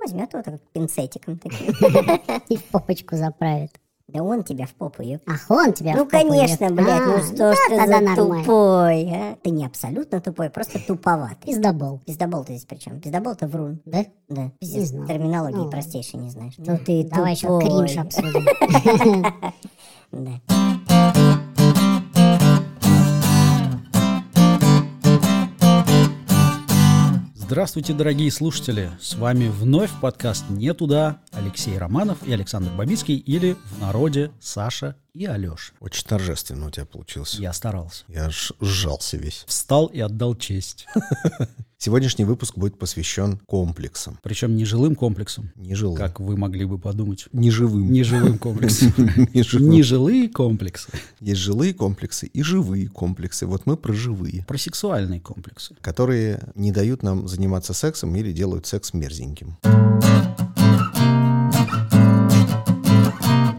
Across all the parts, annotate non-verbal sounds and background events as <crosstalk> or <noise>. возьмет Ну, его так пинцетиком. <laughs> таким. И в попочку заправит. Да он тебя в попу, ёп. Ах, он тебя Ну, в попу конечно, ест. блядь, ну А, что ж да, ты тогда за нормально. тупой, а? Ты не абсолютно тупой, просто туповатый. Пиздобол, Пиздобол ты здесь причем. Пиздобол ты врун. да? Да, Не знал. терминологии Ну. простейшей не знаешь. Ну ты Давай еще тупой. кринж обсудим. Да. Здравствуйте, дорогие слушатели! С вами вновь подкаст «Не туда» Алексей Романов и Александр Бабицкий или в народе Саша и Алеша. Очень торжественно у тебя получилось. Я старался. Я аж сжался весь. Встал и отдал честь. Сегодняшний выпуск будет посвящен комплексам. Причем не жилым комплексом, Нежилым. как вы могли бы подумать. Неживым. Не жилым комплексом. Неживым. Нежилые комплексы. Есть жилые комплексы и живые комплексы. Вот мы про живые. Про сексуальные комплексы. Которые не дают нам заниматься сексом или делают секс мерзеньким.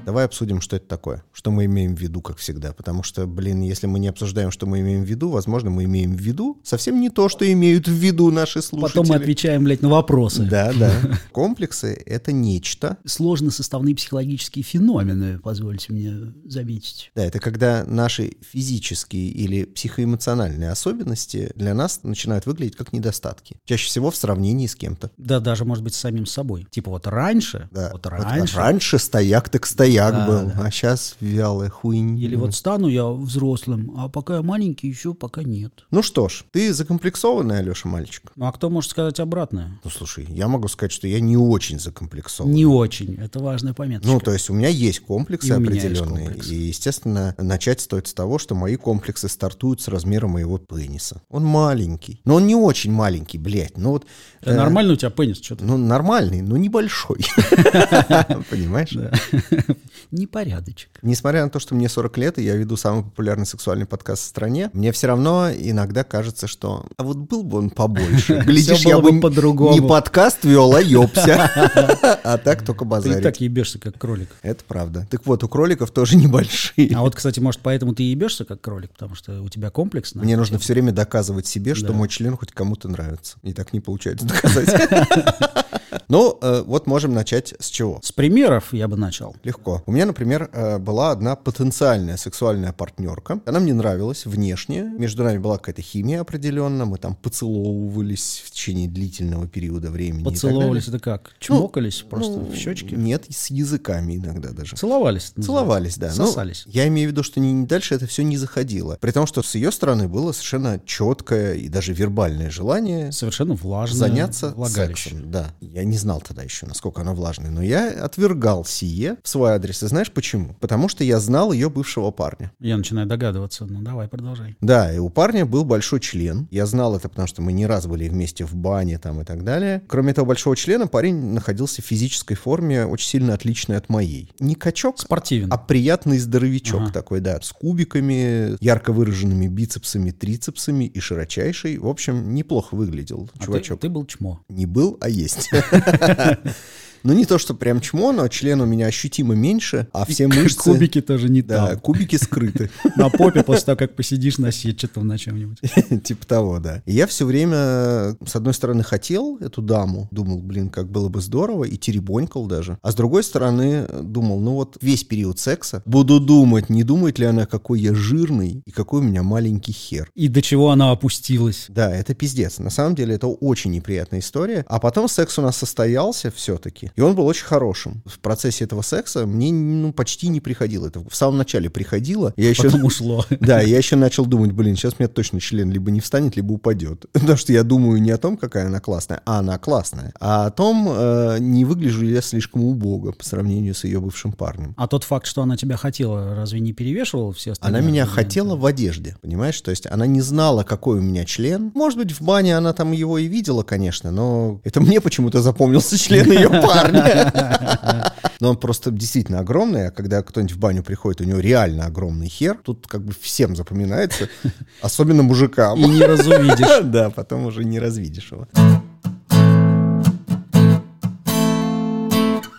Давай обсудим, что это такое, что мы имеем в виду, как всегда. Потому что, блин, если мы не обсуждаем, что мы имеем в виду, возможно, мы имеем в виду совсем не то, что имеют в виду наши слушатели. Потом мы отвечаем, блядь, на вопросы. Да, <laughs> да. Комплексы — это нечто. Сложно составные психологические феномены, позвольте мне заметить. Да, это когда наши физические или психоэмоциональные особенности для нас начинают выглядеть как недостатки. Чаще всего в сравнении с кем-то. Да, даже, может быть, с самим собой. Типа вот раньше, Да. вот Вот раньше, раньше стояк так стояк Да, был, да. а сейчас вялая хуйня. Или вот стану я взрослым, а пока я маленький, еще пока нет. Ну что ж, ты закомплексованный, Алеша, мальчик? Ну а кто может сказать обратное? Ну слушай, я могу сказать, что я не очень закомплексованный. Не очень. Это важная пометочка. Ну, то есть у меня есть комплексы И у меня есть определенные. комплексы. И, естественно, начать стоит с того, что мои комплексы стартуют с размера моего пениса. Он маленький. Но он не очень маленький, блядь. Ну вот... Да э, Нормально у тебя пенис? Что-то Ну, нормальный, <laughs> но небольшой. Понимаешь? непорядочек. Несмотря на то, что мне 40 лет, и я веду самый популярный сексуальный подкаст в стране, мне все равно иногда кажется, что а вот был бы <laughs> он побольше. Глядишь, было я бы бы по-другому. не подкаст вел, <laughs> а ёбся. А так только Ты и базарить. так ебешься, как кролик. Это правда. Так вот, у кроликов тоже небольшие. А вот, кстати, может, поэтому ты и ебешься, как кролик, потому что у тебя комплекс. на Мне эту нужно тему. все время доказывать себе, что Да. мой член хоть кому-то нравится. И так не получается доказать. <laughs> Ну, э, вот можем начать с чего? С примеров я бы начал. Легко. У меня, например, э, была одна потенциальная сексуальная партнерка. Она мне нравилась внешне. Между нами была какая-то химия определенно. Мы там поцеловывались в течение длительного периода времени. и так далее. Поцеловались, это как? Чмокались просто Ну, в щечки? Нет, с языками иногда даже. Целовались. это Целовались, да. Но Сосались. я имею в виду, что не, не дальше это все не заходило. При том, что с ее стороны было совершенно четкое и даже вербальное желание называется. Совершенно влажно. заняться влагалище. сексом. Да. Я не знал тогда еще, насколько она влажная, но я отвергал сие в свой адрес. И знаешь почему? Потому что я знал ее бывшего парня. Я начинаю догадываться. Ну, давай, продолжай. Да, и у парня был большой член. Я знал это, потому что мы не раз были вместе в бане там и так далее. Кроме этого большого члена, парень находился в физической форме, очень сильно отличной от моей. Не качок, Спортивен. а приятный здоровячок Ага. такой, да, с кубиками, ярко выраженными бицепсами, трицепсами и широчайший. В общем, неплохо выглядел А ты- чувачок. ты был чмо. Не был, а есть. <laughs> Ну, не то, что прям чмо, но член у меня ощутимо меньше, а все мышцы... <laughs> Кубики тоже не Да, там. <laughs> кубики скрыты. На попе после того, как посидишь на сетчатом на чем-нибудь. <laughs> Типа того, да. И я все время, с одной стороны, хотел эту даму, думал, блин, как было бы здорово, и теребонькал даже. А с другой стороны, э, думал, ну вот весь период секса буду думать, не думает ли она, какой я жирный и какой у меня маленький хер. И до чего она опустилась. Да, это пиздец. На самом деле это очень неприятная история. А потом секс у нас состоялся все-таки. И он был очень хорошим. В процессе этого секса мне ну, почти не приходило. Это в самом начале приходило. Я еще... <laughs> Потом ушло. <laughs> Да, я еще начал думать, блин, сейчас мне точно член либо не встанет, либо упадет. <laughs> Потому что я думаю не о том, какая она классная, а она классная. А о том, э, не выгляжу ли я слишком убого по сравнению с ее бывшим парнем. А тот факт, что она тебя хотела, разве не перевешивала все Она остальные? меня аргументы? хотела в одежде, понимаешь? То есть она не знала, какой у меня член. Может быть, в бане она там его и видела, конечно, но это мне почему-то запомнился член ее <laughs> парня. Но он просто действительно огромный, а когда кто-нибудь в баню приходит, у него реально огромный хер. Тут как бы <laughs> всем запоминается, особенно мужикам. И не разувидишь. <laughs> Да, потом уже не развидишь его.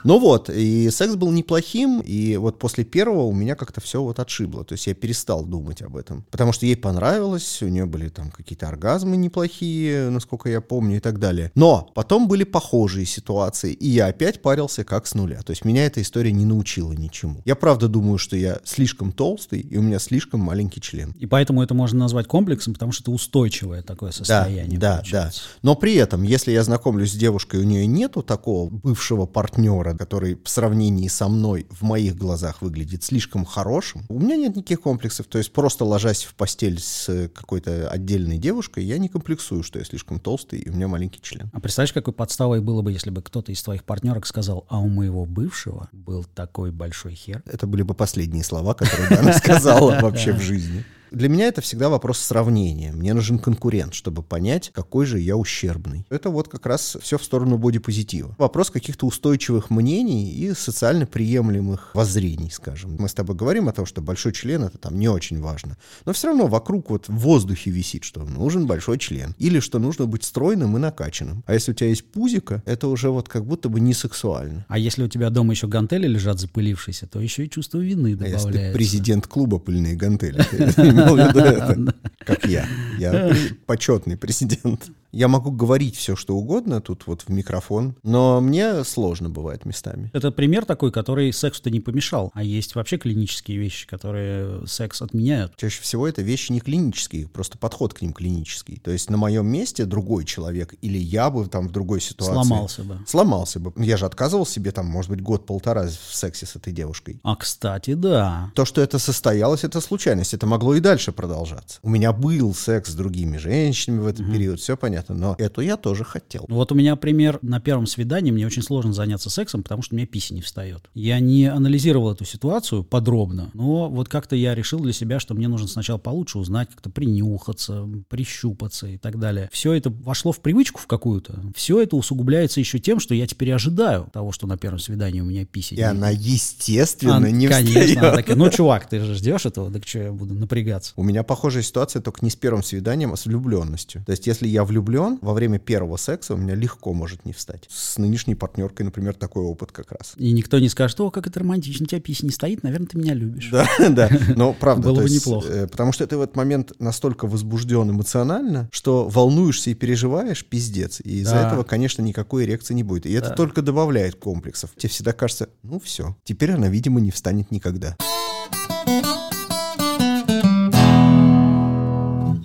Ну вот, и секс был неплохим, и вот после первого у меня как-то все вот отшибло. То есть я перестал думать об этом. Потому что ей понравилось, у нее были там какие-то оргазмы неплохие, насколько я помню, и так далее. Но потом были похожие ситуации, и я опять парился как с нуля. То есть меня эта история не научила ничему. Я правда думаю, что я слишком толстый, и у меня слишком маленький член. И поэтому это можно назвать комплексом, потому что это устойчивое такое состояние. да, получается. Но при этом, если я знакомлюсь с девушкой, у нее нету такого бывшего партнера, который в сравнении со мной в моих глазах выглядит слишком хорошим, у меня нет никаких комплексов. То есть просто ложась в постель с э, какой-то отдельной девушкой, я не комплексую, что я слишком толстый и у меня маленький член. А представляешь, какой подставой было бы, если бы кто-то из твоих партнерок сказал, а у моего бывшего был такой большой хер? Это были бы последние слова, которые она сказала вообще в жизни. Для меня это всегда вопрос сравнения. Мне нужен конкурент, чтобы понять, какой же я ущербный. Это вот как раз все в сторону бодипозитива. Вопрос каких-то устойчивых мнений и социально приемлемых воззрений, скажем. Мы с тобой говорим о том, что большой член это там не очень важно. Но все равно вокруг вот в воздухе висит, что нужен большой член. Или что нужно быть стройным и накачанным. А если у тебя есть пузико, это уже вот как будто бы не сексуально. А если у тебя дома еще гантели лежат запылившиеся, то еще и чувство вины А добавляется. если ты президент клуба «Пыльные гантели», ты <laughs> имел в виду это? Как я. Я при- почетный президент. Я могу говорить все, что угодно тут вот в микрофон, но мне сложно бывает местами. Это пример такой, который сексу-то не помешал. А есть вообще клинические вещи, которые секс отменяют. Чаще всего это вещи не клинические, просто подход к ним клинический. То есть на моем месте другой человек или я бы там в другой ситуации... Сломался бы. Сломался бы. Я же отказывал себе там, может быть, год-полтора в сексе с этой девушкой. А, кстати, да. То, что это состоялось, это случайность. Это могло и дальше продолжаться. У меня был секс с другими женщинами в этот период, все понятно. Но эту я тоже хотел. Вот у меня пример на первом свидании, мне очень сложно заняться сексом, потому что у меня писи не встает. Я не анализировал эту ситуацию подробно, но вот как-то я решил для себя, что мне нужно сначала получше узнать, как-то принюхаться, прищупаться и так далее. Все это вошло в привычку в какую-то. Все это усугубляется еще тем, что я теперь ожидаю того, что на первом свидании у меня писи И не- она, А, естественно, не Конечно, она встает. такая, ну, чувак, ты же ждешь этого, так что я буду напрягаться. У меня похожая ситуация только не с первым свиданием, а с влюбленностью. То есть, если я влюблен, во время первого секса у меня легко может не встать. С нынешней партнеркой, например, такой опыт как раз. И никто не скажет, о, как это романтично, у тебя писи не стоит, наверное, ты меня любишь. Да, <laughs> да. Но правда, Было то бы есть, неплохо. э, Потому что ты в этот момент настолько возбужден эмоционально, что волнуешься и переживаешь, пиздец. И из-за Да. этого, конечно, никакой эрекции не будет. И это только добавляет комплексов. Тебе всегда кажется, ну все, теперь она, видимо, не встанет никогда.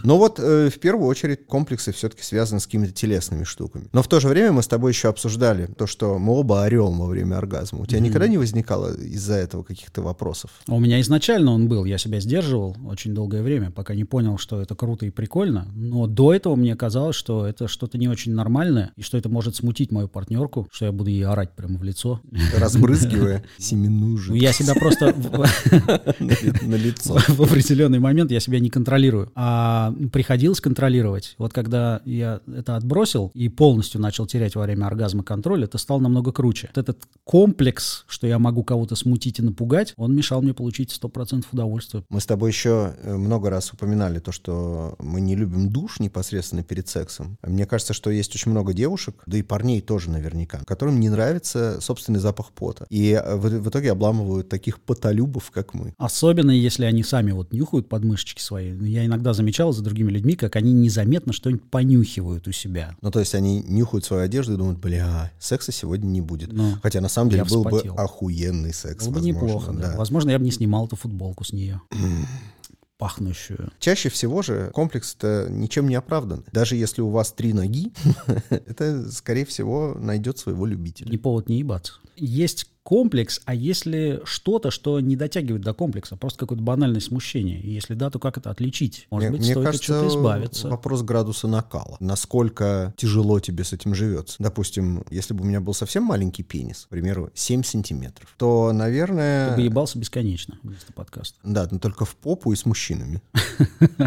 Но вот э, в первую очередь комплексы все-таки связаны с какими-то телесными штуками. Но в то же время мы с тобой еще обсуждали то, что мы оба орем во время оргазма. У тебя никогда не возникало из-за этого каких-то вопросов? А У меня изначально он был, я себя сдерживал очень долгое время, пока не понял, что это круто и прикольно. Но до этого мне казалось, что это что-то не очень нормальное, и что это может смутить мою партнерку, что я буду ей орать прямо в лицо. разбрызгивая Ну, семенужек Я себя просто в- на ли- на лицо. <laughs> в определенный момент я себя не контролирую. А приходилось контролировать. Вот когда я это отбросил и полностью начал терять во время оргазма контроль, это стало намного круче. Вот этот комплекс, что я могу кого-то смутить и напугать, он мешал мне получить 100% удовольствия. Мы с тобой еще э, много раз упоминали то, что мы не любим душ непосредственно перед сексом. Мне кажется, что есть очень много девушек, да и парней тоже наверняка, которым не нравится собственный запах пота. И э, в, в итоге обламывают таких потолюбов, как мы. Особенно если они сами вот нюхают подмышечки свои. Я иногда замечал за другими людьми, как они незаметно что-нибудь понюхивают у себя. Ну, то есть они нюхают свою одежду и думают, бля, секса сегодня не будет. Ну, Хотя на самом деле я был бы вспотел. охуенный секс, Было бы возможно, неплохо, да. да. Возможно, я бы не снимал эту футболку с <clears throat> нее. Пахнущую. Чаще всего же комплекс это ничем не оправдан. Даже если у вас три ноги, <laughs> это, скорее всего, найдет своего любителя. Не повод не ебаться. Есть комплекс, а если что-то, что не дотягивает до комплекса, просто какое-то банальное смущение. И если да, то как это отличить? Может быть, стоит от чего-то избавиться. вопрос градуса накала. Насколько тяжело тебе с этим живется? Допустим, если бы у меня был совсем маленький пенис, к примеру, 7 сантиметров, то, Ты наверное... бы ебался бесконечно вместо подкаста. Да, но только в попу и с мужчинами. <laughs>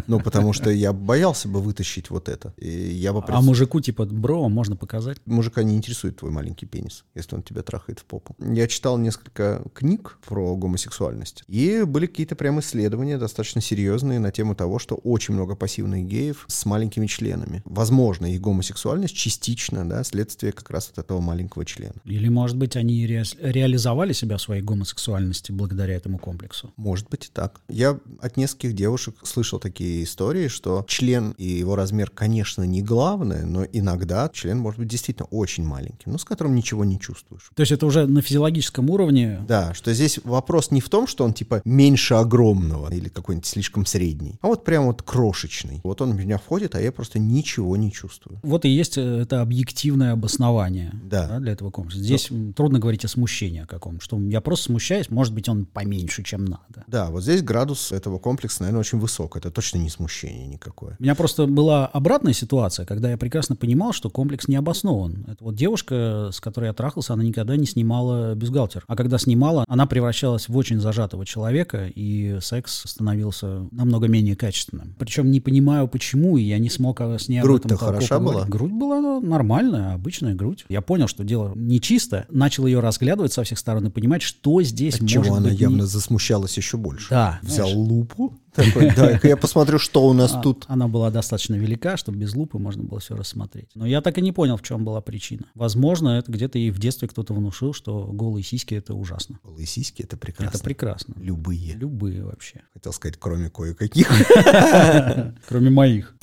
Ну, потому что я боялся бы вытащить вот это. И я бы А пред- мужику типа, бро, можно показать? мужика не интересует твой маленький пенис, если он тебя трахает в попу. Я читал несколько книг про гомосексуальность, и были какие-то прям исследования достаточно серьезные на тему того, что очень много пассивных геев с маленькими членами. Возможно, их гомосексуальность частично, да, следствие как раз от этого маленького члена. Или, может быть, они реаз- реализовали себя в своей гомосексуальности благодаря этому комплексу? Может быть и так. Я от нескольких девушек слышал такие истории, что член и его размер, конечно, не главное, но иногда член может быть действительно очень маленьким, но с которым ничего не чувствуешь. То есть это уже на физиологическом уровне Да, что здесь вопрос не в том, что он типа меньше огромного или какой-нибудь слишком средний, а вот прям вот крошечный. Вот он в меня входит, а я просто ничего не чувствую. Вот и есть э, это объективное обоснование Да. для этого комплекса. Здесь м, трудно говорить о смущении о каком, что я просто смущаюсь, может быть, он поменьше, чем надо. Да, вот здесь градус этого комплекса, наверное, очень высок. Это точно не смущение никакое. У меня просто была обратная ситуация, когда я прекрасно понимал, что комплекс не обоснован. Это вот девушка, с которой я трахался, она никогда не снимала бюстгальтер. А когда снимала, она превращалась в очень зажатого человека, и секс становился намного менее качественным. Причем не понимаю, почему, и я не смог э, с ней об Грудь-то этом толково хороша была? поговорить. Грудь была ну, нормальная, обычная грудь. Я понял, что дело нечисто. Начал ее разглядывать со всех сторон и понимать, что здесь От может чего она быть не- явно засмущалась еще больше. Да, Взял знаешь. лупу. <laughs> Такой, дай-ка я посмотрю, что у нас А, тут. Она была достаточно велика, чтобы без лупы можно было все рассмотреть. Но я так и не понял, в чем была причина. Возможно, это где-то и в детстве кто-то внушил, что голые сиськи это ужасно. Голые сиськи — это прекрасно. Это прекрасно. Любые. Любые вообще. Хотел сказать, кроме кое-каких. Кроме моих.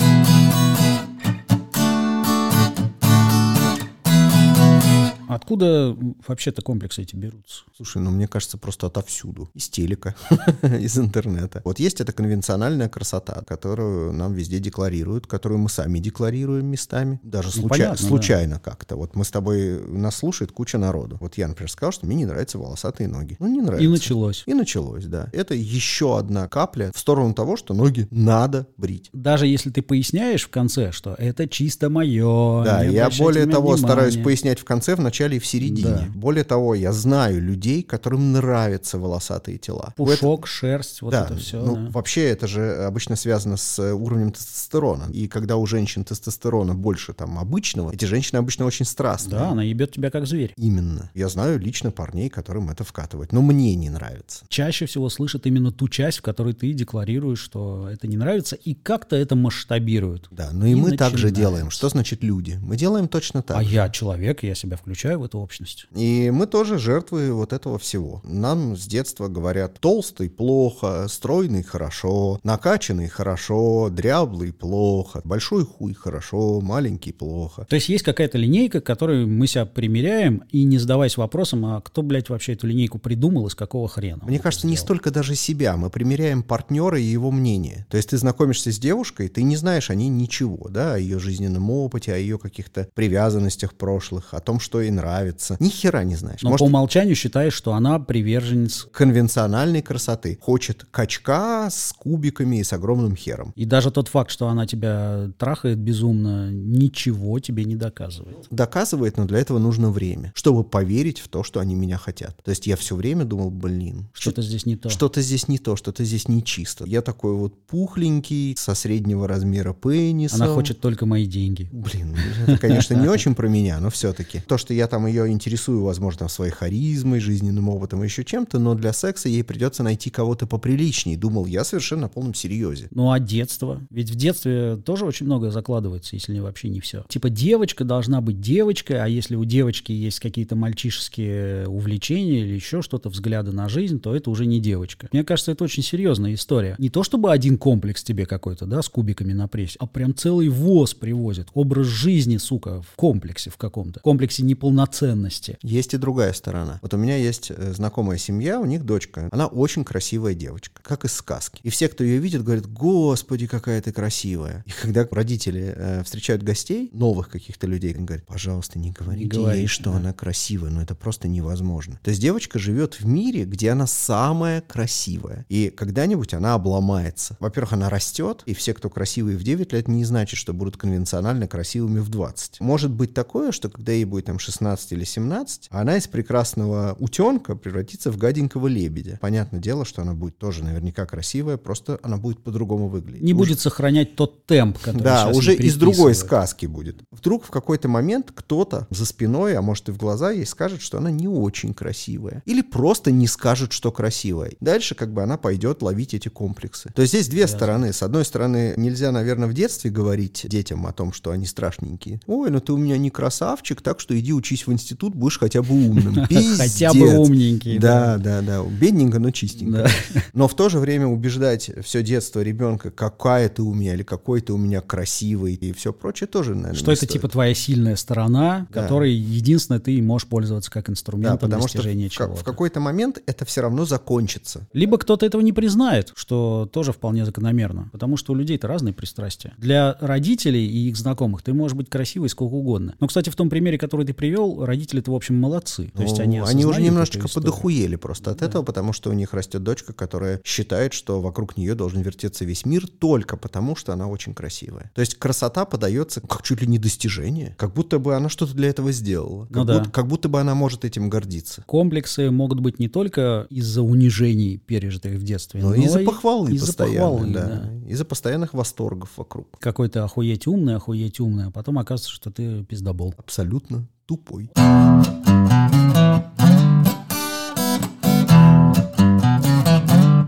Откуда вообще-то комплексы эти берутся? Слушай, ну мне кажется, просто отовсюду. Из телека, <laughs> из интернета. Вот есть эта конвенциональная красота, которую нам везде декларируют, которую мы сами декларируем местами. Даже Ну, случа- понятно, да. случайно как-то. Вот мы с тобой, нас слушает куча народу. Вот я, например, сказал, что мне не нравятся волосатые ноги. Ну, не нравится. И началось. И началось, да. Это еще одна капля в сторону того, что ноги надо брить. Даже если ты поясняешь в конце, что это чисто мое. Да, я более того стараюсь пояснять в конце, в начале и в середине. Да. Более того, я знаю людей, которым нравятся волосатые тела. У этого- Пушок, шерсть, вот да, это все. ну, вообще это же обычно связано с э, уровнем тестостерона. И когда у женщин тестостерона больше там обычного, эти женщины обычно очень страстные. Да, она ебет тебя как зверь. Именно. Я знаю лично парней, которым это вкатывать. Но мне не нравится. чаще всего слышат именно ту часть, в которой ты декларируешь, что это не нравится, и как-то это масштабируют. Да, ну и, И мы так же начинается. делаем. Что значит люди? Мы делаем точно так. а же. я человек, я себя включаю в эту общность. И мы тоже жертвы вот этого всего. Нам с детства говорят, толстый плохо, стройный хорошо, накачанный хорошо, дряблый плохо, большой хуй хорошо, маленький плохо. То есть есть какая-то линейка, к которой мы себя примеряем, и не задаваясь вопросом, а кто, блядь, вообще эту линейку придумал, из какого хрена? он Мне это кажется, не сделал? столько даже себя. Мы примеряем партнера и его мнение. То есть ты знакомишься с девушкой, ты не знаешь о ней ничего, да, о ее жизненном опыте, о ее каких-то привязанностях прошлых, о том, что ей нравится. Ни хера не знаешь. Но Может, по умолчанию считаешь, что она приверженец конвенциональной красоты. Хочет качка с кубиками и с огромным хером. и даже тот факт, что она тебя трахает безумно, ничего тебе не доказывает. Доказывает, но для этого нужно время, чтобы поверить в то, что они меня хотят. То есть я все время думал, блин, Что-то здесь не то. Что-то здесь не то, что-то здесь не чисто. Я такой вот пухленький, со среднего размера пенис. Она хочет только мои деньги. Блин, это, конечно, не очень про меня, но все-таки. То, что я там ее интересую, возможно, там, своей харизмой, жизненным опытом и еще чем-то, но для секса ей придется найти кого-то поприличней. Думал я совершенно на полном серьезе. Ну а детство? Ведь в детстве тоже очень многое закладывается, если не вообще не все. Типа девочка должна быть девочкой, а если у девочки есть какие-то мальчишеские увлечения или еще что-то, взгляды на жизнь, то это уже не девочка. Мне кажется, это очень серьезная история. Не то чтобы один комплекс тебе какой-то, да, с кубиками на прессе, а прям целый воз привозит. Образ жизни, сука, в комплексе в каком-то. В комплексе неполноценности. Есть и другая сторона. Вот у меня есть э, знакомая семья, у них дочка. Она очень красивая девочка, как из сказки. И все, кто ее видит, говорят, господи, какая ты красивая. И когда родители э, встречают гостей, новых каких-то людей, они говорят, пожалуйста, не говорите ей, говорите, что да. она красивая, но это просто невозможно. То есть девочка живет в мире, где она самая красивая. И когда-нибудь она обломается. Во-первых, она растет, и все, кто красивые в 9 лет, не значит, что будут конвенционально красивыми в 20. Может быть такое, что когда ей будет там 16, 16 или 17, она из прекрасного утенка превратится в гаденького лебедя. Понятное дело, что она будет тоже наверняка красивая, просто она будет по-другому выглядеть. Не Уж- будет сохранять тот темп, который Да, щас уже ей из другой приписывают. сказки будет. Вдруг в какой-то момент кто-то за спиной, а может и в глаза ей скажет, что она не очень красивая. Или просто не скажет, что красивая. Дальше как бы она пойдет ловить эти комплексы. То есть здесь две Ясно. стороны. С одной стороны, нельзя, наверное, в детстве говорить детям о том, что они страшненькие. Ой, ну ты у меня не красавчик, так что иди учись в институт, будешь хотя бы умным. <laughs> Хотя бы Пиздец. умненький. Да, да, да. Бедненько, но чистенько. Да. Но в то же время убеждать все детство ребенка, какая ты у меня или какой ты у меня красивый и все прочее, тоже, наверное, Что не это стоит. типа твоя сильная сторона, Да. которой единственное ты и можешь пользоваться как Да, инструментом потому что в, достижения ка- в чего-то. какой-то момент это все равно закончится. Либо кто-то этого не признает, что тоже вполне закономерно, потому что у людей-то разные пристрастия. Для родителей и их знакомых ты можешь быть красивой сколько угодно. Но, кстати, в том примере, который ты привел, родители-то, в общем, молодцы. То есть Ну, они, уже осознают немножечко эту историю. подохуели просто от этого, потому что у них растет дочка, которая считает, что вокруг нее должен вертеться весь мир только потому, что она очень красивая. То есть красота подается как чуть ли не достижение, как будто бы она что-то для этого сделала, как, Ну да. будто, как будто бы она может этим гордиться. Комплексы могут быть не только из-за унижений, пережитых в детстве, Ну, но из-за и похвалы из-за постоянно, похвалы, да. да. Из-за постоянных восторгов вокруг. Какой-то охуеть умный, охуеть умный, а потом оказывается, что ты пиздобол. Абсолютно тупой.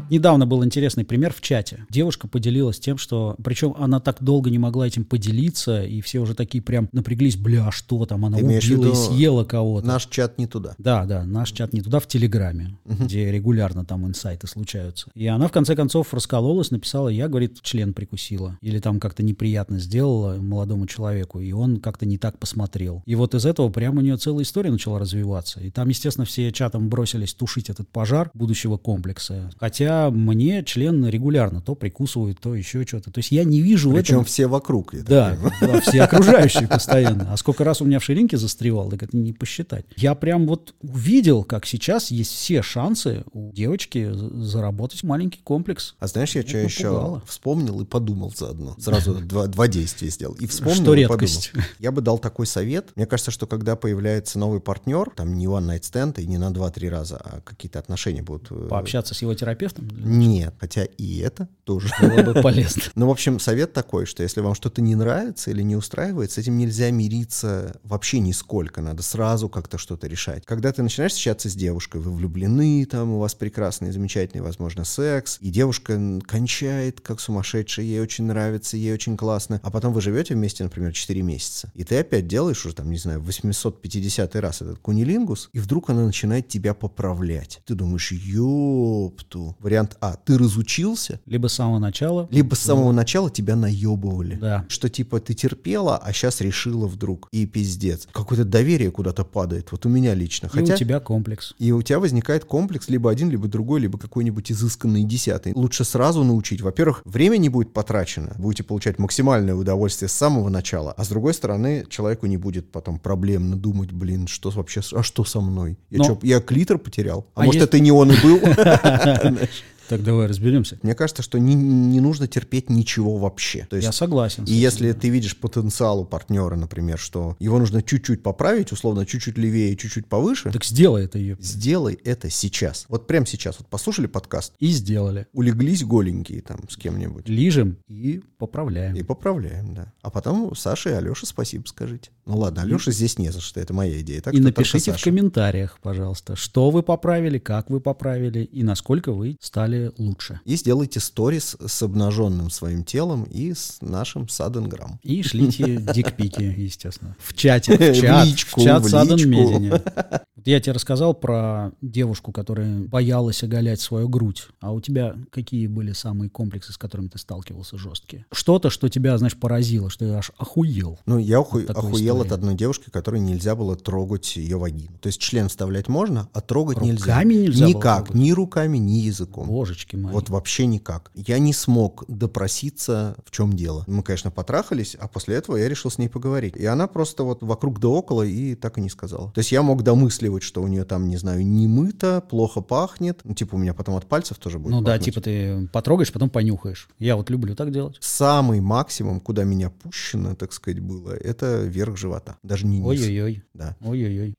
Недавно был интересный пример в чате. Девушка поделилась тем, что... Причем она так долго не могла этим поделиться, и все уже такие прям напряглись, бля, а что там, она Ты имеешь в убила и виду съела кого-то. Наш чат не туда. Да, да, наш чат не туда, в Телеграме, где регулярно там инсайты случаются. И она, в конце концов, раскололась, написала, я, говорит, член прикусила. Или там как-то неприятно сделала молодому человеку, и он как-то не так посмотрел. И вот из этого прямо у нее целая история начала развиваться. И там, естественно, все чатом бросились тушить этот пожар будущего комплекса. Хотя мне член регулярно то прикусывают, то еще что-то. То есть я не вижу в Причем этом... все вокруг. я так Да, понимаю. да, все окружающие постоянно. А сколько раз у меня в ширинке застревал, так это не посчитать. Я прям вот увидел, как сейчас есть все шансы у девочки з- заработать маленький комплекс. А знаешь, я что Это еще напугало. вспомнил и подумал заодно. <laughs> Сразу два, два действия сделал. И вспомнил, Что и редкость. подумал. Я бы дал такой совет. Мне кажется, что когда появляется новый партнер, там не one night stand и не на 2-3 раза, а какие-то отношения будут... э, Пообщаться с его терапевтом Нет, хотя и это тоже. было бы полезно. Ну, в общем, совет такой, что если вам что-то не нравится или не устраивает, с этим нельзя мириться вообще нисколько. Надо сразу как-то что-то решать. Когда ты начинаешь встречаться с девушкой, вы влюблены, там у вас прекрасный, замечательный, возможно, секс, и девушка м, кончает как сумасшедшая, ей очень нравится, ей очень классно, а потом вы живете вместе, например, 4 месяца, и ты опять делаешь уже, там, не знаю, 850 раз этот кунилингус, и вдруг она начинает тебя поправлять. Ты думаешь, ёпту. Вариант А, ты разучился, Либо с самого начала. либо с самого начала тебя наебывали. Ну. Да. Что типа ты терпела, а сейчас решила вдруг. И пиздец. Какое-то доверие куда-то падает. Вот у меня лично. И Хотя... у тебя комплекс. И у тебя возникает комплекс либо один, либо другой, либо какой-нибудь изысканный десятый. Лучше сразу научить. Во-первых, время не будет потрачено. Будете получать максимальное удовольствие с самого начала. А с другой стороны, человеку не будет потом проблемно думать, блин, что вообще, с- а что со мной? Я, Но- чё, я клитор потерял? А, А может, есть- это не он и был? <laughs> Так давай разберемся. Мне кажется, что не, не нужно терпеть ничего вообще. То есть Я согласен. с и этим. если ты видишь потенциал у партнера, например, что его нужно чуть-чуть поправить, условно, чуть-чуть левее, чуть-чуть повыше, Так сделай это ее. сделай это сейчас. Вот прямо сейчас. Вот послушали подкаст, И сделали. улеглись голенькие там с кем-нибудь. Лижем и поправляем. И поправляем, да. А потом Саше и Алёше спасибо скажите. Ну ладно, Алёше здесь не за что, это моя идея. Так и что напишите только в Саше. комментариях, пожалуйста, что вы поправили, как вы поправили и насколько вы стали лучше. И сделайте сторис с обнаженным своим телом и с нашим саденграм. И шлите дикпики, естественно. В чате, в чат, в, <laughs> В личку, чат в Садден личку. <laughs> Медине. Вот Я тебе рассказал про девушку, которая боялась оголять свою грудь. А у тебя какие были самые комплексы, с которыми ты сталкивался жесткие? Что-то, что тебя, знаешь, поразило, что я аж охуел. Ну, я оху- такую охуел историю. от одной девушки, которой нельзя было трогать ее вагину. То есть член вставлять можно, а трогать нельзя. Руками нельзя было Никак, трогать? ни руками, ни языком. Божечки мои. Вот вообще никак. Я не смог допроситься, в чем дело. Мы, конечно, потрахались, а после этого я решил с ней поговорить. И она просто вот вокруг да около и так и не сказала. То есть я мог домысливать выпендривать, что у нее там, не знаю, не мыто, плохо пахнет. Ну, типа у меня потом от пальцев тоже будет Ну да, пахнуть. типа ты потрогаешь, потом понюхаешь. Я вот люблю так делать. Самый максимум, куда меня пущено, так сказать, было, это верх живота. Даже не низ. Ой-ой-ой. Да. Ой-ой-ой.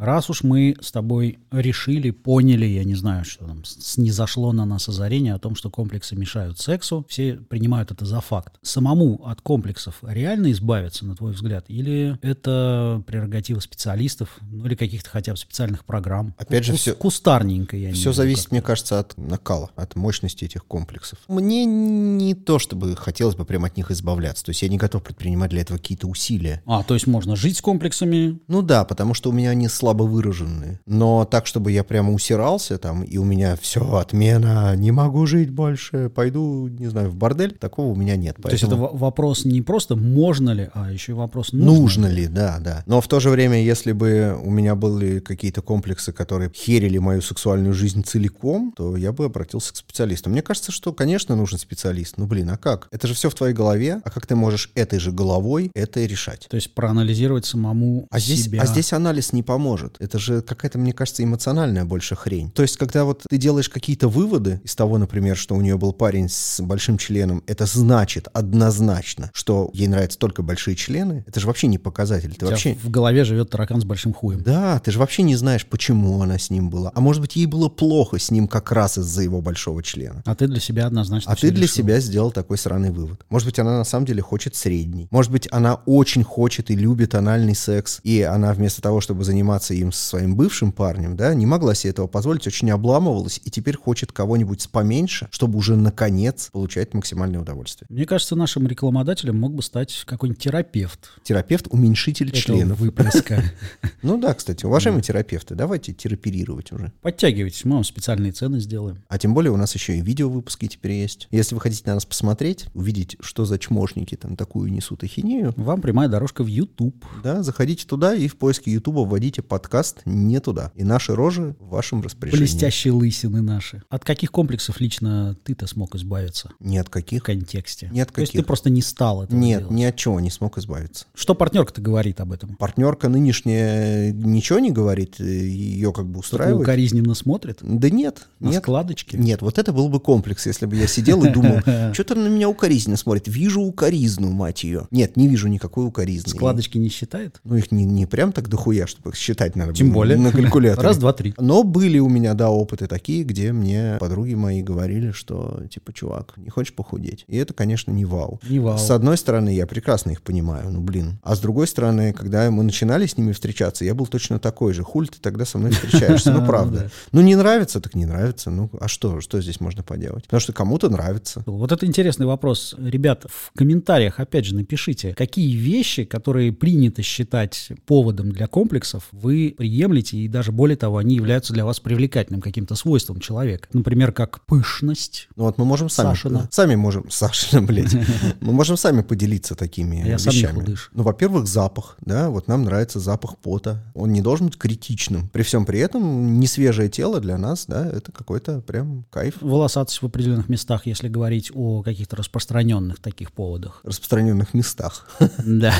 Раз уж мы с тобой решили, поняли, я не знаю, что там, с- снизошло на нас озарение о том, что комплексы мешают сексу, все принимают это за факт. Самому от комплексов реально избавиться, на твой взгляд, или это прерогатива специалистов, ну или каких-то хотя бы специальных программ? Опять же, Кус- всё- Кустарненько, я имею в Все виду, зависит, ну как. мне кажется, от накала, от мощности этих комплексов. Мне не то, чтобы хотелось бы прям от них избавляться. То есть я не готов предпринимать для этого какие-то усилия. А, то есть можно жить с комплексами, Ну да, потому что у меня они слабо выраженные. Но так, чтобы я прямо усирался там, и у меня все, отмена, не могу жить больше, пойду, не знаю, в бордель, такого у меня нет. То есть это Поэтому во- вопрос не просто можно ли, а еще и вопрос нужно, Нужно ли, да, да. Но в то же время, если бы у меня были какие-то комплексы, которые херили мою сексуальную жизнь целиком, то я бы обратился к специалисту. Мне кажется, что, конечно, нужен специалист. Ну, блин, а как? Это же все в твоей голове, а как ты можешь этой же головой это и решать? То есть проанализировать самому А здесь, себя. а здесь анализ не поможет. Это же какая-то, мне кажется, эмоциональная больше хрень. То есть, когда вот ты делаешь какие-то выводы из того, например, что у нее был парень с большим членом, это значит однозначно, что ей нравятся только большие члены. Это же вообще не показатель. Ты У тебя вообще... в голове живет таракан с большим хуем. Да, ты же вообще не знаешь, почему она с ним была. А может быть, ей было плохо с ним как раз из-за его большого члена. А ты для себя однозначно А всё ты для решил. себя сделал такой сраный вывод. Может быть, она на самом деле хочет средний. Может быть, она очень хочет и любит анальный секс. И она вместо того, чтобы заниматься им со своим бывшим парнем, да, не могла себе этого позволить, очень обламывалась и теперь хочет кого-нибудь с поменьше, чтобы уже наконец получать максимальное удовольствие. Мне кажется, нашим рекламодателем мог бы стать какой-нибудь терапевт. Терапевт – уменьшитель этого членов. выплеска. <laughs> Ну да, кстати, уважаемые терапевты, давайте терапировать уже. Подтягивайтесь, мы вам специальные цены сделаем. А тем более у нас еще и видеовыпуски теперь есть. Если вы хотите на нас посмотреть, увидеть, что за чмошники там такую несут ахинею, Вам прямая дорожка в YouTube. Да, заходите туда и в поиске Ютуба вводите подкаст «Не туда». И наши рожи в вашем распоряжении. Блестящие лысины наши. От каких комплексов лично ты-то смог избавиться Нет в каких. контексте? Ни от То есть ты каких. просто не стал этого Нет, делать. ни от чего не смог избавиться. Что партнерка-то говорит об этом? Партнерка нынешняя ничего не говорит, э, ее как бы устраивает. Укоризненно смотрит? Да нет, На нет. складочке? Нет, вот это был бы комплекс, если бы я сидел и <laughs> думал, что-то на меня укоризненно смотрит. Вижу укоризну, мать ее. Нет, не вижу никакой укоризны. Складочки не считает? Ну, их не, не прям так дохуя, чтобы их считать надо Тем было более. на калькуляторе. Раз, два, три. Но были у меня, да, опыты такие, где мне подруги мои говорили, что, типа, чувак, не хочешь похудеть? И это, конечно, не вау. Не вау. С одной стороны, я прекрасно их понимаю, ну, блин. А с другой стороны, когда мы начинали с ними встречаться, я был точно такой же. Хуль ты тогда со мной <laughs> встречаешься, ну, правда. Ну, не нравится, так не нравится. Ну, а что, что здесь можно поделать? Потому что кому-то нравится. Вот это интересный вопрос. Ребят, в комментариях, опять же, напишите, какие вещи, которые принято считать поводом для комплексов, вы приемлете, и даже более того, они являются для вас привлекательным каким-то свойством человека. Например, как пышность. Ну, вот мы можем сами... Сашина. Сами можем... <laughs> Сашина, блядь. Мы можем сами поделиться такими А Я сам не вещами. худыш. Ну, во-первых, запах, да, вот нам нравится запах пота. Он не должен быть критичным. При всем при этом, несвежее тело для нас, да, это какой-то прям кайф. Волосатость в определенных местах, если говорить о каких-то распространенных таких <laughs> поводах. в <laughs> распространенных местах. Да.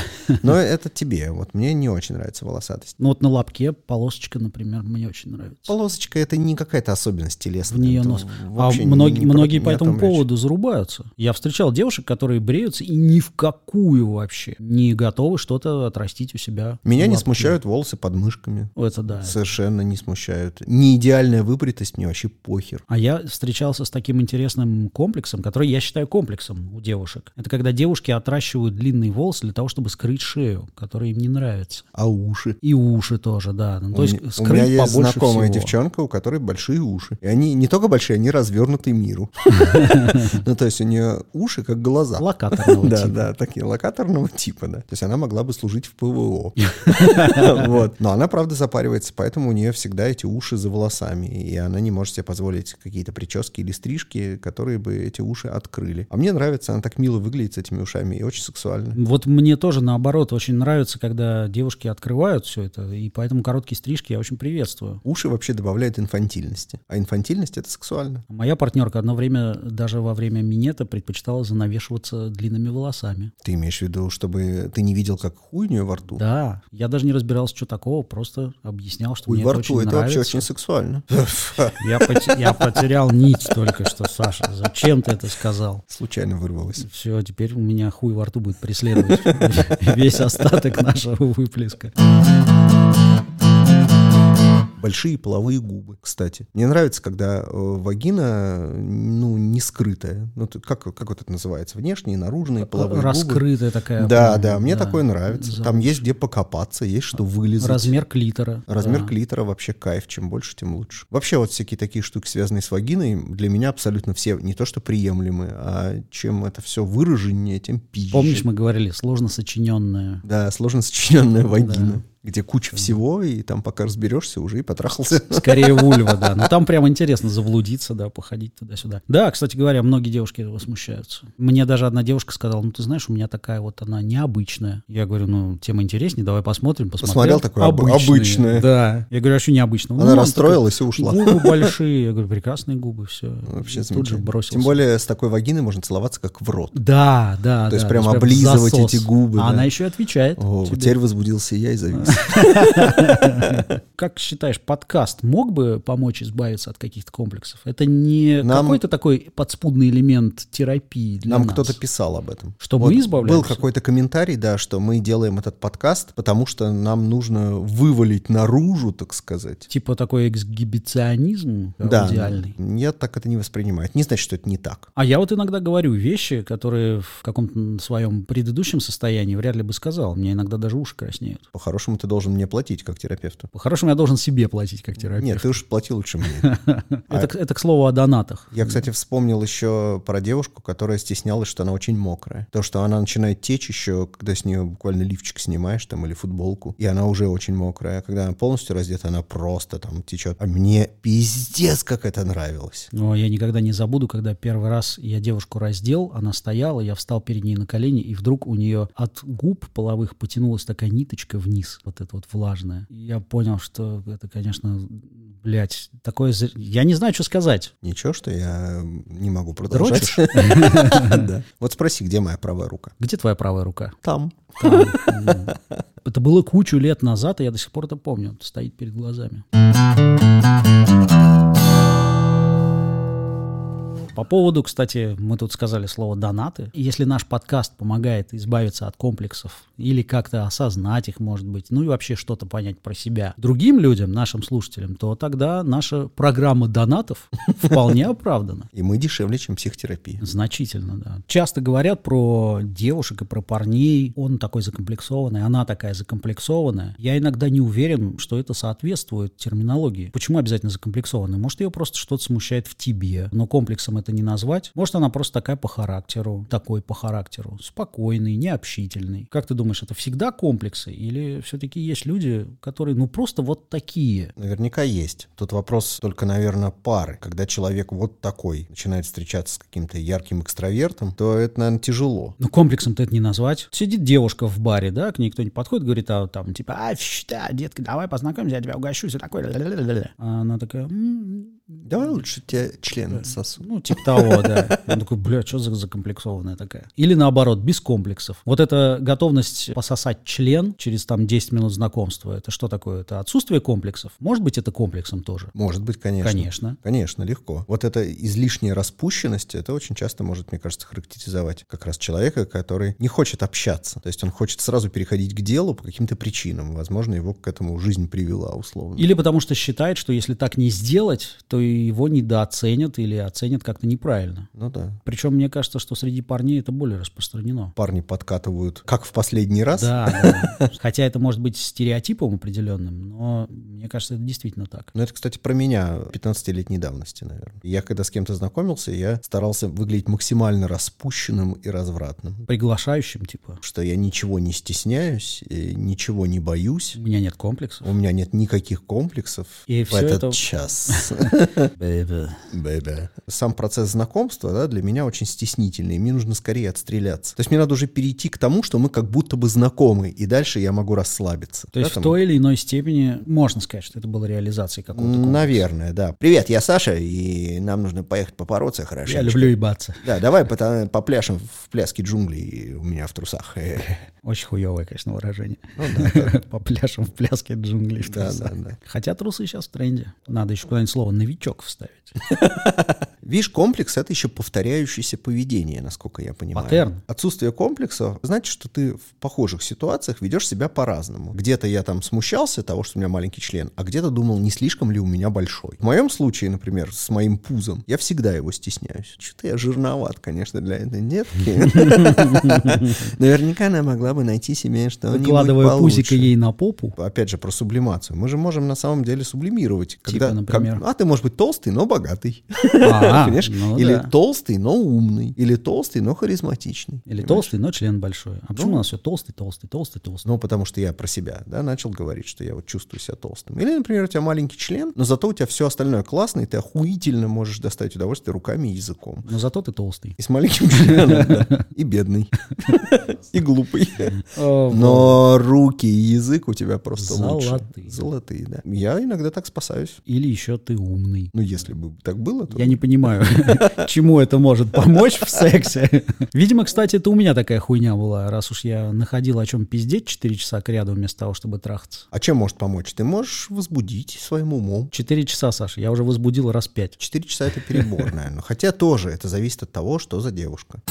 Но это тебе. Вот мне не очень нравится волосатость. Ну вот на лобке полосочка, например, мне очень нравится. Полосочка — это не какая-то особенность телесная. В нее Это нос. А вообще многие, не про- многие не по о этому том речь. поводу зарубаются. Я встречал девушек, которые бреются и ни в какую вообще не готовы что-то отрастить у себя. Меня не Лапки. смущают волосы под мышками. О, Это да. Совершенно не смущают. Не идеальная выбритость мне вообще похер. А я встречался с таким интересным комплексом, который я считаю комплексом у девушек. Это когда девушки отращивают длинные волосы для того, чтобы скрыть шею, которая им не нравится. А уши? И уши тоже, да. Ну, то есть у, скрыть у меня есть побольше знакомая всего. девчонка, у которой большие уши. И они не только большие, они развернуты <laughs> миру. Ну, то есть у нее уши как глаза. Локаторного <laughs> Да, типа. да, такие локаторного типа, да. То есть она могла бы служить <laughs> в ПВО. Вот. Но она, правда, запаривается, поэтому у нее всегда эти уши за волосами. И она не может себе позволить какие-то прически или стрижки, которые бы эти уши открыли. А мне нравится, она так мило выглядит с этими ушами и очень сексуально. Вот мне тоже наоборот очень нравится, когда девушки открывают все это, и по Поэтому короткие стрижки я очень приветствую. Уши вообще добавляют инфантильности. А инфантильность — это сексуально. Моя партнерка одно время, даже во время минета, предпочитала занавешиваться длинными волосами. Ты имеешь в виду, чтобы ты не видел, как хуй у нее во рту? Да, я даже не разбирался, что такого, просто объяснял, что Хуй мне во это рту, очень это вообще нравится. очень сексуально. <laughs> Я, поте- я потерял нить только что, Саша. Зачем ты это сказал? Случайно вырвалось. Все, теперь у меня хуй во рту будет преследовать <laughs> весь остаток нашего выплеска. Большие половые губы, кстати. Мне нравится, когда э, вагина, ну, не скрытая. Ну, ты- как, как вот это называется? Внешние, наружные, половые губы. Раскрытая такая. Да, прям, да, мне такое нравится. За- Там есть где покопаться, есть что вылезать. Размер клитора. Размер да. клитора вообще кайф, чем больше, тем лучше. Вообще вот всякие такие штуки, связанные с вагиной, для меня абсолютно все не то что приемлемые, а чем это все выраженнее, тем пизже. Помнишь, мы говорили, сложно сочиненная. Да, сложно сочиненная Да. вагина, где куча всего, и там пока разберешься, уже и потрахался. <laughs> Скорее вульва, да. Но там прям интересно заблудиться, да, походить туда-сюда. Да, кстати говоря, многие девушки этого смущаются. Мне даже одна девушка сказала, ну ты знаешь, у меня такая вот она необычная. Я говорю, ну тема интереснее, давай посмотрим. Посмотрел такой, «Об- Обычные, обычная. Да. Я говорю, а что необычно? Она расстроилась и ушла. Ну, Губы большие. Я говорю, прекрасные губы, все. Вообще Тут же замечательно. бросился. Тем более с такой вагиной можно целоваться как в рот. Да, да, То есть да. прям в облизывать засос. эти губы, А да. она еще и отвечает. О, вот тебе. А, теперь возбудился я и завис. Как считаешь, подкаст мог бы помочь избавиться от каких-то комплексов? Это не Нам- какой-то такой подспудный элемент терапии для Нам нас? кто-то писал об этом. Что мы избавляемся? Был какой-то комментарий, да, что мы делаем этот подкаст, потому что нам нужно вывалить наружу, так сказать. Типа такой эксгибиционизм э, Да. идеальный. Я так это не воспринимаю. Это не значит, что это не так. А я вот иногда говорю вещи, которые в каком-то своем предыдущем состоянии вряд ли бы сказал. Мне иногда даже уши краснеют. По-хорошему, ты должен мне платить как терапевту. По-хорошему, я должен себе платить как терапевт. Нет, ты уж плати лучше <laughs> мне. это, к- это к слову о донатах. а Я, кстати, вспомнил еще про девушку, которая стеснялась, что она очень мокрая. То, что она начинает течь еще, когда с нее буквально лифчик снимаешь там или футболку, и она уже очень мокрая. А Когда она полностью раздета, она просто там течет. А мне пиздец, как это нравилось. Но я никогда не забуду, когда первый раз я девушку раздел, она стояла, я встал перед ней на колени, и вдруг у нее от губ половых потянулась такая ниточка вниз, вот эта вот влажная. И я понял, что это, конечно, блядь, такое... зр- Я не знаю, что сказать. Ничего, что я не могу продолжать. <laughs> Да. Вот спроси, где моя правая рука? Где твоя правая рука? Там. Там. М. Это было кучу лет назад, и я до сих пор это помню. Это стоит перед глазами. По поводу, кстати, мы тут сказали слово «донаты». Если наш подкаст помогает избавиться от комплексов или как-то осознать их, может быть, ну и вообще что-то понять про себя другим людям, нашим слушателям, то тогда наша программа донатов вполне оправдана. И мы дешевле, чем психотерапия. Значительно, да. Часто говорят про девушек и про парней. Он такой закомплексованный, она такая закомплексованная. Я иногда не уверен, что это соответствует терминологии. Почему обязательно закомплексованный? Может, ее просто что-то смущает в тебе, но комплексом это не назвать. Может, она просто такая по характеру, такой по характеру, спокойный, необщительный. Как ты думаешь, это всегда комплексы? Или все-таки есть люди, которые, ну, просто вот такие? Наверняка есть. Тут вопрос только, наверное, пары. Когда человек вот такой начинает встречаться с каким-то ярким экстравертом, то это, наверное, тяжело. Ну, комплексом-то это не назвать. Сидит девушка в баре, да, к ней кто-нибудь подходит, говорит, а там, типа, а, фщ, да, детка, давай познакомимся, я тебя угощу, все такое. ля-ля-ля-ля-ля». А она такая, «М, Давай лучше тебе член сосу. ну, типа того, да. Он такой, бля, что за закомплексованная такая? Или наоборот, без комплексов. Вот эта готовность пососать член через там 10 минут знакомства, это что такое? Это отсутствие комплексов? Может быть, это комплексом тоже? Может быть, конечно. Конечно. Конечно, легко. Вот эта излишняя распущенность, это очень часто может, мне кажется, характеризовать как раз человека, который не хочет общаться. То есть он хочет сразу переходить к делу по каким-то причинам. Возможно, его к этому жизнь привела условно. Или потому что считает, что если так не сделать, то его недооценят или оценят как-то неправильно. Ну да. Причем мне кажется, что среди парней это более распространено. Парни подкатывают, как в последний раз. <laughs> Да, да. Хотя это может быть стереотипом определенным, но мне кажется, это действительно так. Ну, это, кстати, про меня 15-летней давности, наверное. Я когда с кем-то знакомился, я старался выглядеть максимально распущенным и развратным. Приглашающим, типа, Что я ничего не стесняюсь, и ничего не боюсь. у меня нет комплексов. У меня нет никаких комплексов И в всё <laughs> этот это- час. э, Бэбэ. Бэбэ. Сам процесс знакомства да, для меня очень стеснительный. и Мне нужно скорее отстреляться. То есть мне надо уже перейти к тому, что мы как будто бы знакомы, и дальше я могу расслабиться. То есть Да, в там, той или иной степени можно сказать, что это была реализация какого-то комплекса. Наверное, да. Привет, я Саша, и нам нужно поехать попороться хорошо. Я люблю ебаться. Да, давай пота- попляшем в пляске джунглей у меня в трусах. <laughs> Э, Очень хуевое, конечно, выражение. Ну да, да. <laughs> По пляжам в пляске джунглей в Да, трусах. да, да. Хотя трусы сейчас в тренде. Надо еще куда-нибудь слово «новичок» вставить. Видишь, комплекс — это еще повторяющееся поведение, насколько я понимаю. Паттерн. Отсутствие комплекса значит, что ты в похожих ситуациях ведешь себя по-разному. Где-то я там смущался того, что у меня маленький член, а где-то думал, не слишком ли у меня большой. В моем случае, например, с моим пузом, я всегда его стесняюсь. Что-то я жирноват, конечно, для этой детки. <laughs> Наверняка она могла бы найти себе что-нибудь Выкладывая пузико получше. ей на попу. <laughs> опять же, про сублимацию. Мы же можем на самом деле сублимировать. Когда, как- Типа, например? а ты, может быть, толстый, но богатый. А, <laughs> Понимаешь? ну или да. толстый, но умный. Или толстый, но харизматичный. Или Понимаешь? толстый, но член большой. А почему у нас все толстый, толстый, толстый, толстый? Ну, потому что я про себя, да, начал говорить, что я вот чувствую себя толстым. Или, например, у тебя маленький член, но зато у тебя все остальное классно, и ты охуительно можешь достать удовольствие руками и языком. Но зато ты толстый. И с маленьким членом, да. И бедный. <laughs> И глупый. Э, Но руки и язык у тебя просто лучше. Золотые. Золотые, да. Я иногда так спасаюсь. Или еще ты умный. Ну, если бы так было, то... Я не понимаю, <laughs> чему это может помочь в сексе. Видимо, кстати, это у меня такая хуйня была, раз уж я находил о чем пиздеть 4 часа к ряду вместо того, чтобы трахаться. А чем может помочь? Ты можешь возбудить своим умом. 4 часа, Саша, я уже возбудил раз 5. Четыре часа это перебор, наверное. Хотя тоже это зависит от того, что за девушка.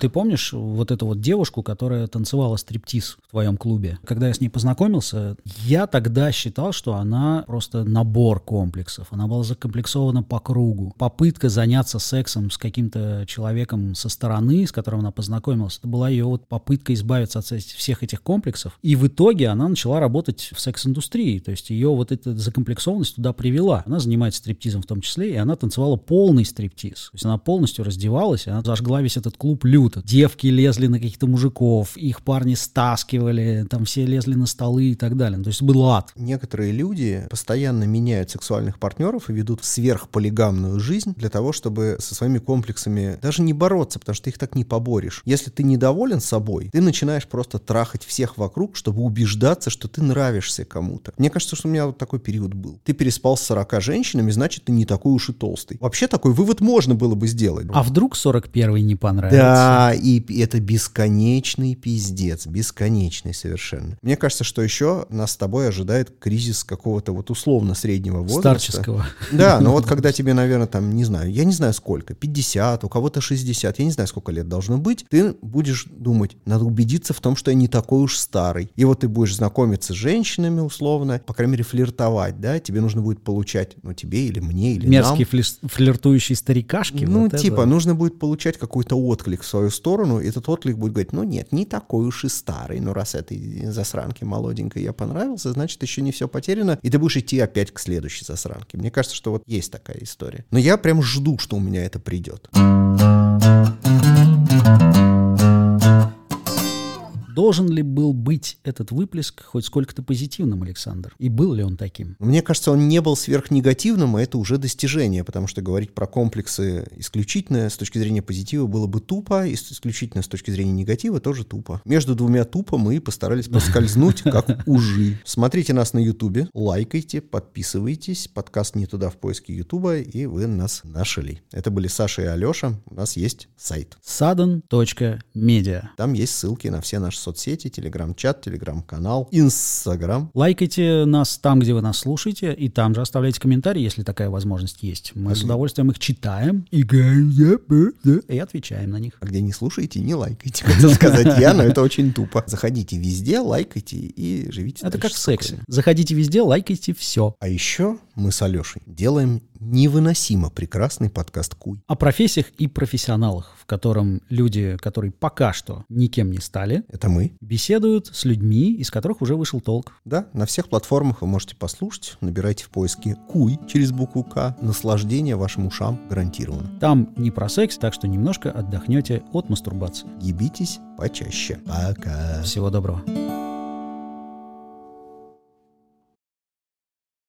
Ты помнишь вот эту вот девушку, которая танцевала стриптиз в твоем клубе? Когда я с ней познакомился, я тогда считал, что она просто набор комплексов. Она была закомплексована по кругу. Попытка заняться сексом с каким-то человеком со стороны, с которым она познакомилась, это была ее вот попытка избавиться от эс- всех этих комплексов. И в итоге она начала работать в секс-индустрии. То есть ее вот эта закомплексованность туда привела. Она занимается стриптизом в том числе, и она танцевала полный стриптиз. То есть она полностью раздевалась, и она зажгла весь этот клуб люто. Девки лезли на каких-то мужиков, их парни стаскивали, там все лезли на столы и так далее. Ну, То есть был ад. Некоторые люди постоянно меняют сексуальных партнеров и ведут сверхполигамную жизнь для того, чтобы со своими комплексами даже не бороться, потому что ты их так не поборешь. Если ты недоволен собой, ты начинаешь просто трахать всех вокруг, чтобы убеждаться, что ты нравишься кому-то. Мне кажется, что у меня вот такой период был. Ты переспал с 40 женщинами, значит, ты не такой уж и толстый. Вообще такой вывод можно было бы сделать. А вдруг 41-й не понравится? Да, и п- это бесконечный пиздец, бесконечный совершенно. Мне кажется, что еще нас с тобой ожидает кризис какого-то вот условно среднего возраста. Старческого. Да, но вот когда тебе, наверное, там, не знаю, я не знаю сколько, 50, у кого-то 60, я не знаю, сколько лет должно быть, ты будешь думать, надо убедиться в том, что я не такой уж старый. И вот ты будешь знакомиться с женщинами условно, по крайней мере, флиртовать, да, тебе нужно будет получать, ну, тебе или мне, или нам. Мерзкие флис- флиртующие старикашки. Ну, вот это. типа, нужно будет получать какой-то отклик в свою сторону, и этот отклик будет говорить, ну нет, не такой уж и старый, но раз этой засранке молоденькой я понравился, значит, еще не все потеряно, и ты будешь идти опять к следующей засранке. Мне кажется, что вот есть такая история. Но я прям жду, что у меня это придет. Должен ли был быть этот выплеск хоть сколько-то позитивным, Александр? И был ли он таким? Мне кажется, он не был сверхнегативным, и это уже достижение, потому что говорить про комплексы исключительно с точки зрения позитива было бы тупо, и с- исключительно с точки зрения негатива тоже тупо. Между двумя тупо мы постарались проскользнуть, как ужи. Смотрите нас на Ютубе, лайкайте, подписывайтесь. Подкаст «Не туда» в поиске Ютуба, и вы нас нашли. Это были Саша и Алеша. У нас есть сайт. Sudden.media. Там есть ссылки на все наши соцсети, телеграм-чат, телеграм-канал, инстаграм. Лайкайте нас там, где вы нас слушаете, и там же оставляйте комментарии, если такая возможность есть. Мы с удовольствием их читаем и и отвечаем на них. А где не слушаете, <laughs> не лайкайте. Хотел сказать я, но это очень тупо. Заходите везде, лайкайте и живите. Это дальше как в сексе. спокойно. Заходите везде, лайкайте все. А еще мы с Алешей делаем невыносимо прекрасный подкаст «Куй». О профессиях и профессионалах, в котором люди, которые пока что никем не стали, Это мы. беседуют с людьми, из которых уже вышел толк. Да, на всех платформах вы можете послушать. Набирайте в поиске «Куй» через букву «К». Наслаждение вашим ушам гарантировано. Там не про секс, так что немножко отдохнете от мастурбации. Ебитесь почаще. Пока. Всего доброго.